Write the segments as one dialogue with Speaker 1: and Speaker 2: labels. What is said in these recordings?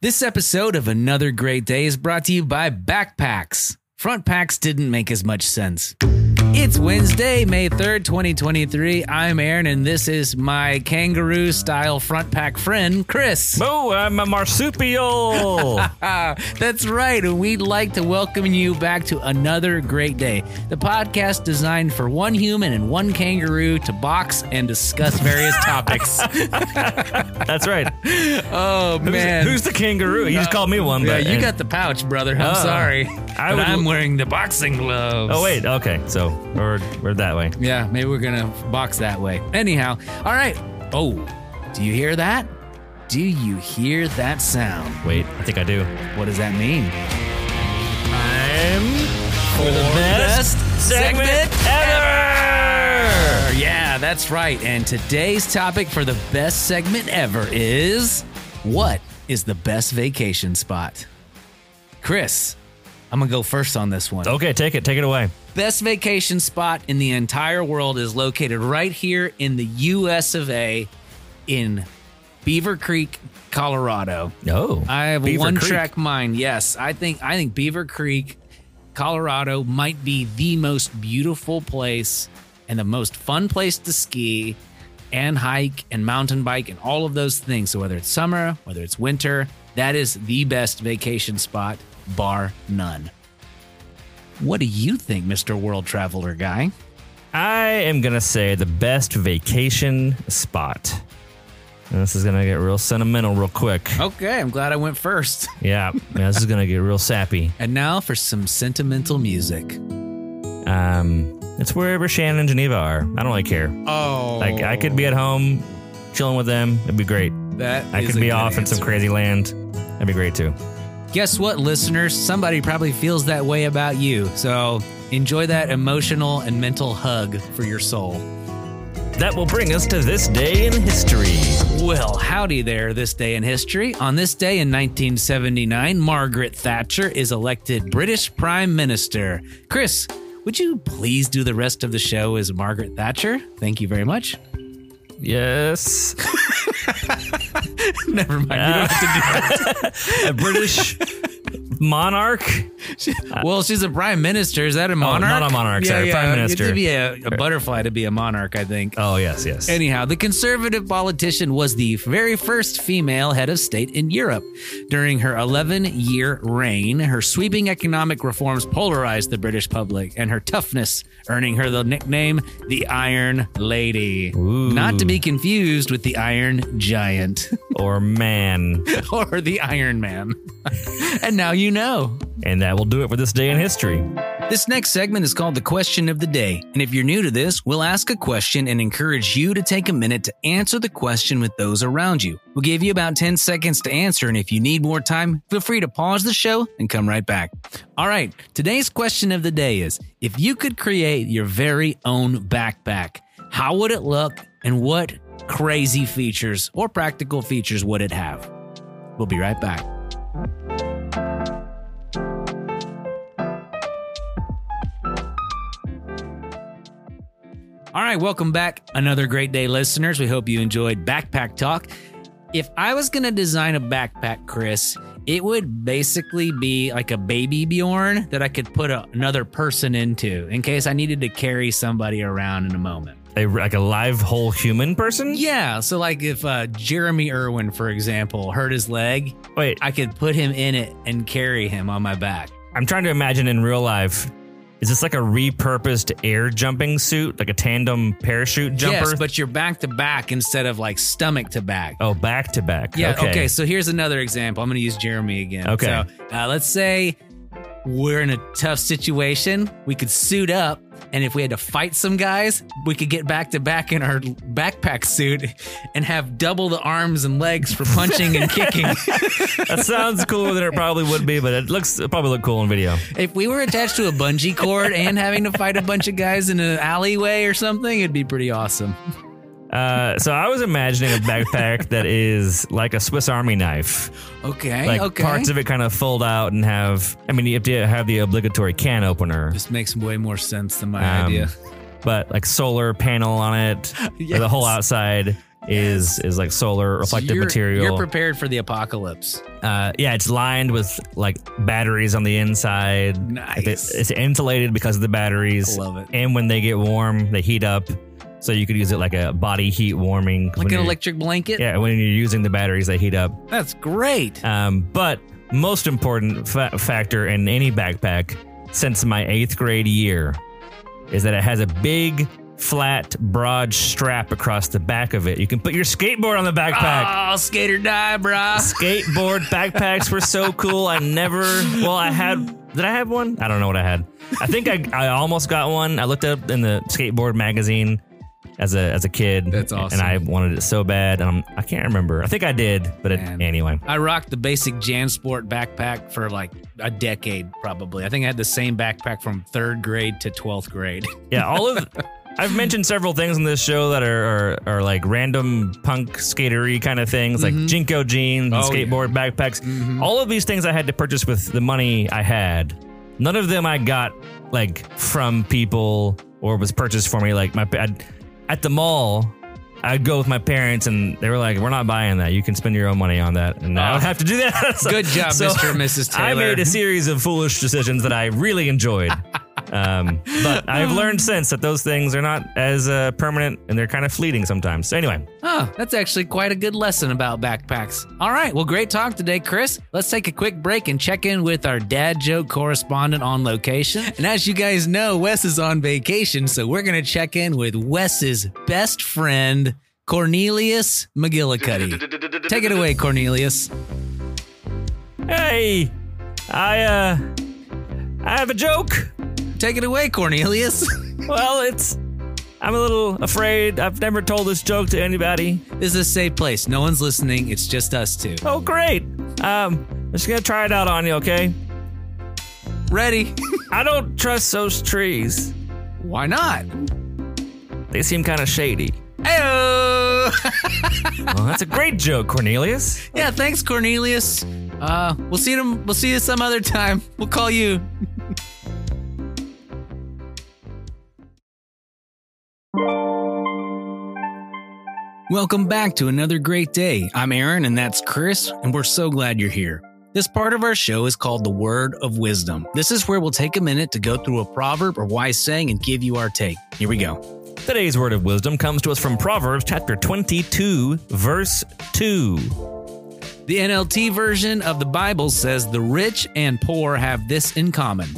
Speaker 1: This episode of Another Great Day is brought to you by Backpacks. Front packs didn't make as much sense. It's Wednesday, May 3rd, 2023. I'm Aaron, and this is my kangaroo style front pack friend, Chris.
Speaker 2: Boo, I'm a marsupial.
Speaker 1: Ah, that's right. And we'd like to welcome you back to another great day. The podcast designed for one human and one kangaroo to box and discuss various topics.
Speaker 2: That's right.
Speaker 1: Oh,
Speaker 2: Who's,
Speaker 1: man.
Speaker 2: who's the kangaroo? You just called me one,
Speaker 1: yeah,
Speaker 2: but
Speaker 1: you got the pouch, brother. I'm
Speaker 2: Oh.
Speaker 1: sorry.
Speaker 2: I
Speaker 1: but
Speaker 2: would-
Speaker 1: I'm wearing the boxing gloves.
Speaker 2: Oh wait, okay. So we're we're that way.
Speaker 1: Yeah, maybe we're gonna box that way. Anyhow, all right. Oh, do you hear that? Do you hear that sound?
Speaker 2: Wait, I think I do.
Speaker 1: What does that mean?
Speaker 2: I'm for the
Speaker 1: best segment
Speaker 2: ever.
Speaker 1: Yeah, that's right. And today's topic for the best segment ever is what is the best vacation spot? Chris, I'm gonna go first on this one.
Speaker 2: Okay, take it. Take it away.
Speaker 1: best vacation spot in the entire world is located right here in the US of A in Beaver Creek, Colorado.
Speaker 2: Oh,
Speaker 1: I have a
Speaker 2: Beaver
Speaker 1: one
Speaker 2: Creek.
Speaker 1: track mind. Yes, I think I think Beaver Creek, Colorado might be the most beautiful place and the most fun place to ski and hike and mountain bike and all of those things. So whether it's summer, whether it's winter, that is the best vacation spot bar none. What do you think, Mr. World Traveler guy?
Speaker 2: I am gonna say the best vacation spot. And this is gonna get real sentimental real quick.
Speaker 1: Okay, I'm glad I went first.
Speaker 2: Yeah, man, this is gonna get real sappy.
Speaker 1: And now for some sentimental music.
Speaker 2: Um, it's wherever Shannon and Geneva are. I don't really care.
Speaker 1: Oh,
Speaker 2: Like I could be at home chilling with them. It'd be great.
Speaker 1: That
Speaker 2: I
Speaker 1: is
Speaker 2: could
Speaker 1: a
Speaker 2: be
Speaker 1: good
Speaker 2: off in
Speaker 1: answer.
Speaker 2: some crazy land. That'd be great too.
Speaker 1: Guess what, listeners? Somebody probably feels that way about you. So enjoy that emotional and mental hug for your soul.
Speaker 2: That will bring us to this day in history.
Speaker 1: Well, howdy there, this day in history. On this day in 1979, Margaret Thatcher is elected British Prime Minister. Chris, would you please do the rest of the show as Margaret Thatcher? Thank you very much.
Speaker 2: Yes.
Speaker 1: Never mind. You don't have to do
Speaker 2: A British monarch.
Speaker 1: that. Well, she's a prime minister. Is that a monarch?
Speaker 2: Uh, oh, not a monarch, sorry, prime
Speaker 1: You have
Speaker 2: minister.
Speaker 1: to be a, a butterfly to be a monarch, I think.
Speaker 2: Oh, yes, yes.
Speaker 1: Anyhow, the conservative politician was the very first female head of state in Europe. During her 11 year reign, her sweeping economic reforms polarized the British public, and her toughness earning her the nickname the Iron Lady.
Speaker 2: Ooh.
Speaker 1: Not to be confused with the Iron Giant
Speaker 2: or man.
Speaker 1: or the Iron Man. and now you know.
Speaker 2: And that will do it for this day in history.
Speaker 1: This next segment is called the question of the day. And if you're new to this, we'll ask a question and encourage you to take a minute to answer the question with those around you. We'll give you about 10 seconds to answer. And if you need more time, feel free to pause the show and come right back. All right. Today's question of the day is if you could create your very own backpack, how would it look and what crazy features or practical features would it have? We'll be right back. All right, welcome back. Another great day, listeners. We hope you enjoyed Backpack Talk. If I was going to design a backpack, Chris, it would basically be like a baby Bjorn that I could put a, another person into in case I needed to carry somebody around in a moment.
Speaker 2: A, like a live whole human person?
Speaker 1: Yeah, so like if uh, Jeremy Irwin, for example, hurt his leg,
Speaker 2: Wait, I,
Speaker 1: I could put him in it and carry him on my back.
Speaker 2: I'm trying to imagine in real life. Is this like a repurposed air jumping suit? Like a tandem parachute jumper?
Speaker 1: Yes, but you're back to back instead of like stomach to back.
Speaker 2: oh, back to back.
Speaker 1: Yeah. Okay. So here's another example. I'm going to use Jeremy again.
Speaker 2: Okay.
Speaker 1: So, uh, let's say we're in a tough situation. We could suit up, and if we had to fight some guys, we could get back to back in our backpack suit and have double the arms and legs for punching and kicking.
Speaker 2: That sounds cooler than it probably would be, but it looks it probably look cool on video.
Speaker 1: if we were attached to a bungee cord and having to fight a bunch of guys in an alleyway or something, it'd be pretty awesome.
Speaker 2: Uh, so I was imagining a backpack that is like a Swiss Army knife,
Speaker 1: Okay.
Speaker 2: like
Speaker 1: okay.
Speaker 2: parts of it kind of fold out and have. I mean, you have to have the obligatory can opener,
Speaker 1: this makes way more sense than my
Speaker 2: Um,
Speaker 1: idea.
Speaker 2: but like solar panel on it,
Speaker 1: Yes.
Speaker 2: the whole outside. is is like solar
Speaker 1: So
Speaker 2: reflective
Speaker 1: you're-
Speaker 2: material.
Speaker 1: You're prepared for the apocalypse.
Speaker 2: uh, yeah, it's lined with like batteries on the inside. Like,
Speaker 1: Nice.
Speaker 2: It's insulated because of the batteries.
Speaker 1: Love it.
Speaker 2: And when they get warm, they heat up. So you could use it like a body heat warming.
Speaker 1: Like
Speaker 2: when
Speaker 1: an
Speaker 2: you're-
Speaker 1: electric blanket.
Speaker 2: Yeah, when you're using the batteries, they heat up.
Speaker 1: That's great.
Speaker 2: Um, but most important fa- factor in any backpack since my eighth grade year is that it has a big, flat, broad strap across the back of it. You can put your skateboard on the backpack.
Speaker 1: Oh, skater die, brah.
Speaker 2: Skateboard backpacks were so cool. I never. Well, I had. Did I have one? I don't know what I had. I think I, I almost got one. I looked up in the skateboard magazine as a as a kid.
Speaker 1: That's awesome.
Speaker 2: And I wanted it so bad. And I'm, I can't remember. I think I did, but it,
Speaker 1: Man.
Speaker 2: anyway.
Speaker 1: I rocked the basic JanSport backpack for like a decade, probably. I think I had the same backpack from third grade to 12th grade.
Speaker 2: Yeah, all of I've mentioned several things on this show that are are, are like random punk skatery kind of things, like Jinko jeans, and
Speaker 1: Mm-hmm. Oh, yeah. Mm-hmm.
Speaker 2: skateboard backpacks. All of these things I had to purchase with the money I had. None of them I got like from people or was purchased for me. Like my pa- I'd, at the mall. I'd go with my parents, and they were like, "We're not buying that. You can spend your own money on that." And I
Speaker 1: Oh.
Speaker 2: would have to do that. So-
Speaker 1: Good job, Mr. and Mrs.
Speaker 2: I
Speaker 1: Taylor.
Speaker 2: made a series of foolish decisions that I really enjoyed. Um, but I've learned since that those things are not as uh, permanent and they're kind of fleeting sometimes. So anyway,
Speaker 1: Huh, that's actually quite a good lesson about backpacks. All right, well, great talk today, Chris. Let's take a quick break and check in with our dad joke correspondent on location. And as you guys know, Wes is on vacation, so we're going to check in with Wes's best friend, Cornelius McGillicuddy. Take it away, Cornelius.
Speaker 2: hey, I uh, I have a joke.
Speaker 1: Take it away, Cornelius.
Speaker 2: Well, it's I'm a little afraid. I've never told this joke to anybody.
Speaker 1: this is a safe place. No one's listening. It's just us two.
Speaker 2: Oh, great. Um, I'm just gonna try it out on you, okay?
Speaker 1: Ready?
Speaker 2: I don't trust those trees.
Speaker 1: Why not?
Speaker 2: They seem kind of shady.
Speaker 1: Ayo!
Speaker 2: Well, that's a great joke, Cornelius.
Speaker 1: yeah, thanks, Cornelius. Uh, we'll see you. We'll see you some other time. We'll call you. Welcome back to another great day. I'm Aaron, and that's Chris, and we're so glad you're here. This part of our show is called the Word of Wisdom. This is where we'll take a minute to go through a proverb or wise saying and give you our take. Here we go.
Speaker 2: Today's word of wisdom comes to us from Proverbs chapter 22, verse 2.
Speaker 1: The NLT version of the Bible says the rich and poor have this in common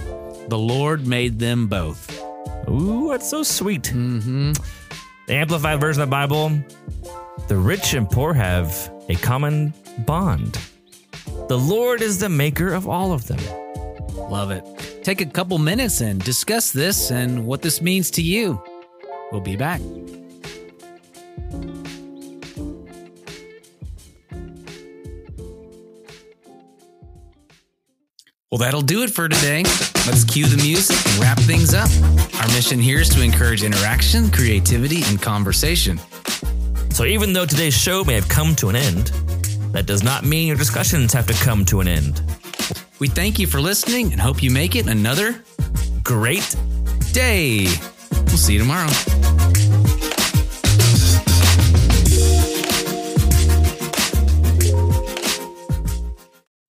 Speaker 1: the Lord made them both.
Speaker 2: Ooh, that's so sweet.
Speaker 1: Mm-hmm.
Speaker 2: The Amplified version of the Bible The rich and poor have a common bond. The Lord is the maker of all of them.
Speaker 1: Love it. Take a couple minutes and discuss this and what this means to you. We'll be back. Well, that'll do it for today. Let's cue the music and wrap things up. Our mission here is to encourage interaction, creativity, and conversation.
Speaker 2: So even though today's show may have come to an end, that does not mean your discussions have to come to an end.
Speaker 1: We thank you for listening and hope you make it another
Speaker 2: Great
Speaker 1: day. We'll see you tomorrow.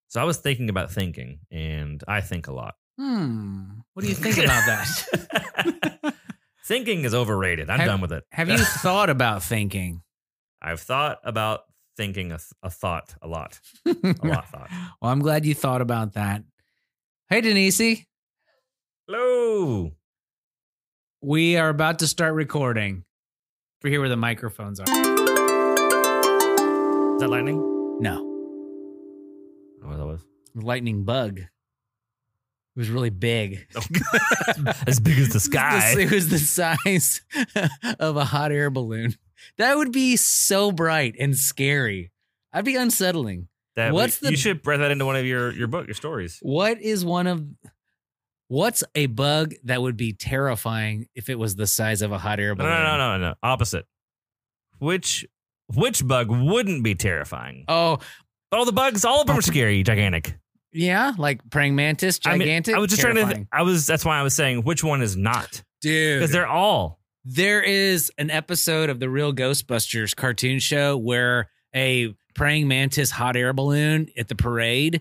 Speaker 2: So I was thinking about thinking, and I think a lot.
Speaker 1: Hmm. What do you think about that?
Speaker 2: thinking is overrated. I'm
Speaker 1: Have-
Speaker 2: done with it.
Speaker 1: Have you thought about thinking?
Speaker 2: I've thought about thinking a, th- a thought a lot, a lot thought.
Speaker 1: Well, I'm glad you thought about that. Hey, Denise,
Speaker 2: Hello.
Speaker 1: we are about to start recording. We're here where the microphones are.
Speaker 2: Is that lightning?
Speaker 1: No,
Speaker 2: Oh, that was
Speaker 1: lightning bug. It was really big.
Speaker 2: Oh. as big as the
Speaker 1: It
Speaker 2: sky.
Speaker 1: was the size of a hot air balloon. That would be so bright and scary. I'd be unsettling.
Speaker 2: That
Speaker 1: What's
Speaker 2: we-
Speaker 1: the-
Speaker 2: You should write that into one of your your book, your stories.
Speaker 1: What is one of what's a bug that would be terrifying if it was the size of a hot air
Speaker 2: No,
Speaker 1: balloon?
Speaker 2: no, no, no, no. Opposite. Which which bug wouldn't be terrifying?
Speaker 1: Oh,
Speaker 2: All the bugs, all of them are scary, gigantic.
Speaker 1: yeah, like praying mantis,
Speaker 2: I mean,
Speaker 1: gigantic.
Speaker 2: I, was just trying to.
Speaker 1: terrifying.
Speaker 2: I was. That's why I was saying which one is not
Speaker 1: dude.
Speaker 2: because they're all
Speaker 1: There is an episode of the Real Ghostbusters cartoon show where a praying mantis hot air balloon at the parade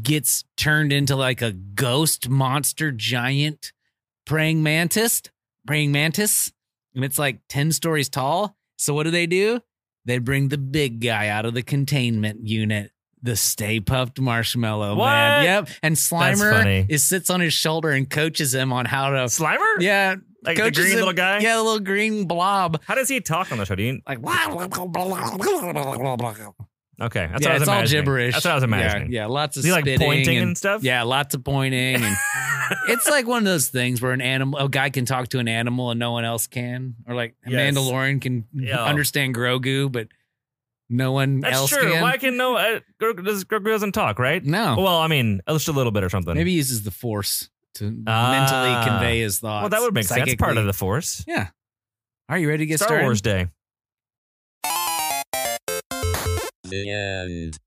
Speaker 1: gets turned into like a ghost monster giant praying mantis, praying mantis, and it's like 10 stories tall. So what do they do? They bring the big guy out of the containment unit, the Stay Puffed Marshmallow Man.
Speaker 2: What?
Speaker 1: Yep, and Slimer
Speaker 2: funny.
Speaker 1: is sits on his shoulder and coaches him on how to.
Speaker 2: Slimer?
Speaker 1: Yeah,
Speaker 2: Like the
Speaker 1: coaches
Speaker 2: green
Speaker 1: him-
Speaker 2: little guy?
Speaker 1: Yeah, the little green blob.
Speaker 2: How does he talk on the show? Do you,
Speaker 1: Like that's
Speaker 2: okay, that's what I
Speaker 1: yeah,
Speaker 2: was
Speaker 1: it's all
Speaker 2: imagining.
Speaker 1: gibberish.
Speaker 2: That's what I was imagining.
Speaker 1: Yeah, yeah lots of
Speaker 2: Is he like
Speaker 1: spitting
Speaker 2: pointing and stuff?
Speaker 1: Yeah, lots of pointing and it's like one of those things where an animal, a guy can talk to an animal and no one else can, or like a
Speaker 2: Yes.
Speaker 1: Mandalorian can
Speaker 2: Yeah.
Speaker 1: understand Grogu, but no one
Speaker 2: That's
Speaker 1: else
Speaker 2: true.
Speaker 1: can.
Speaker 2: Why Oh, can no uh, Grogu does- Grogu doesn't talk, right?
Speaker 1: no,
Speaker 2: Well, I mean, just a little bit or something.
Speaker 1: maybe he uses the Force to
Speaker 2: Ah.
Speaker 1: mentally convey his thoughts.
Speaker 2: Well, that would make sense. That's part of
Speaker 1: psychically.
Speaker 2: the Force.
Speaker 1: Yeah. Are you ready to get
Speaker 2: Star
Speaker 1: started?
Speaker 2: Wars Day.
Speaker 3: The end.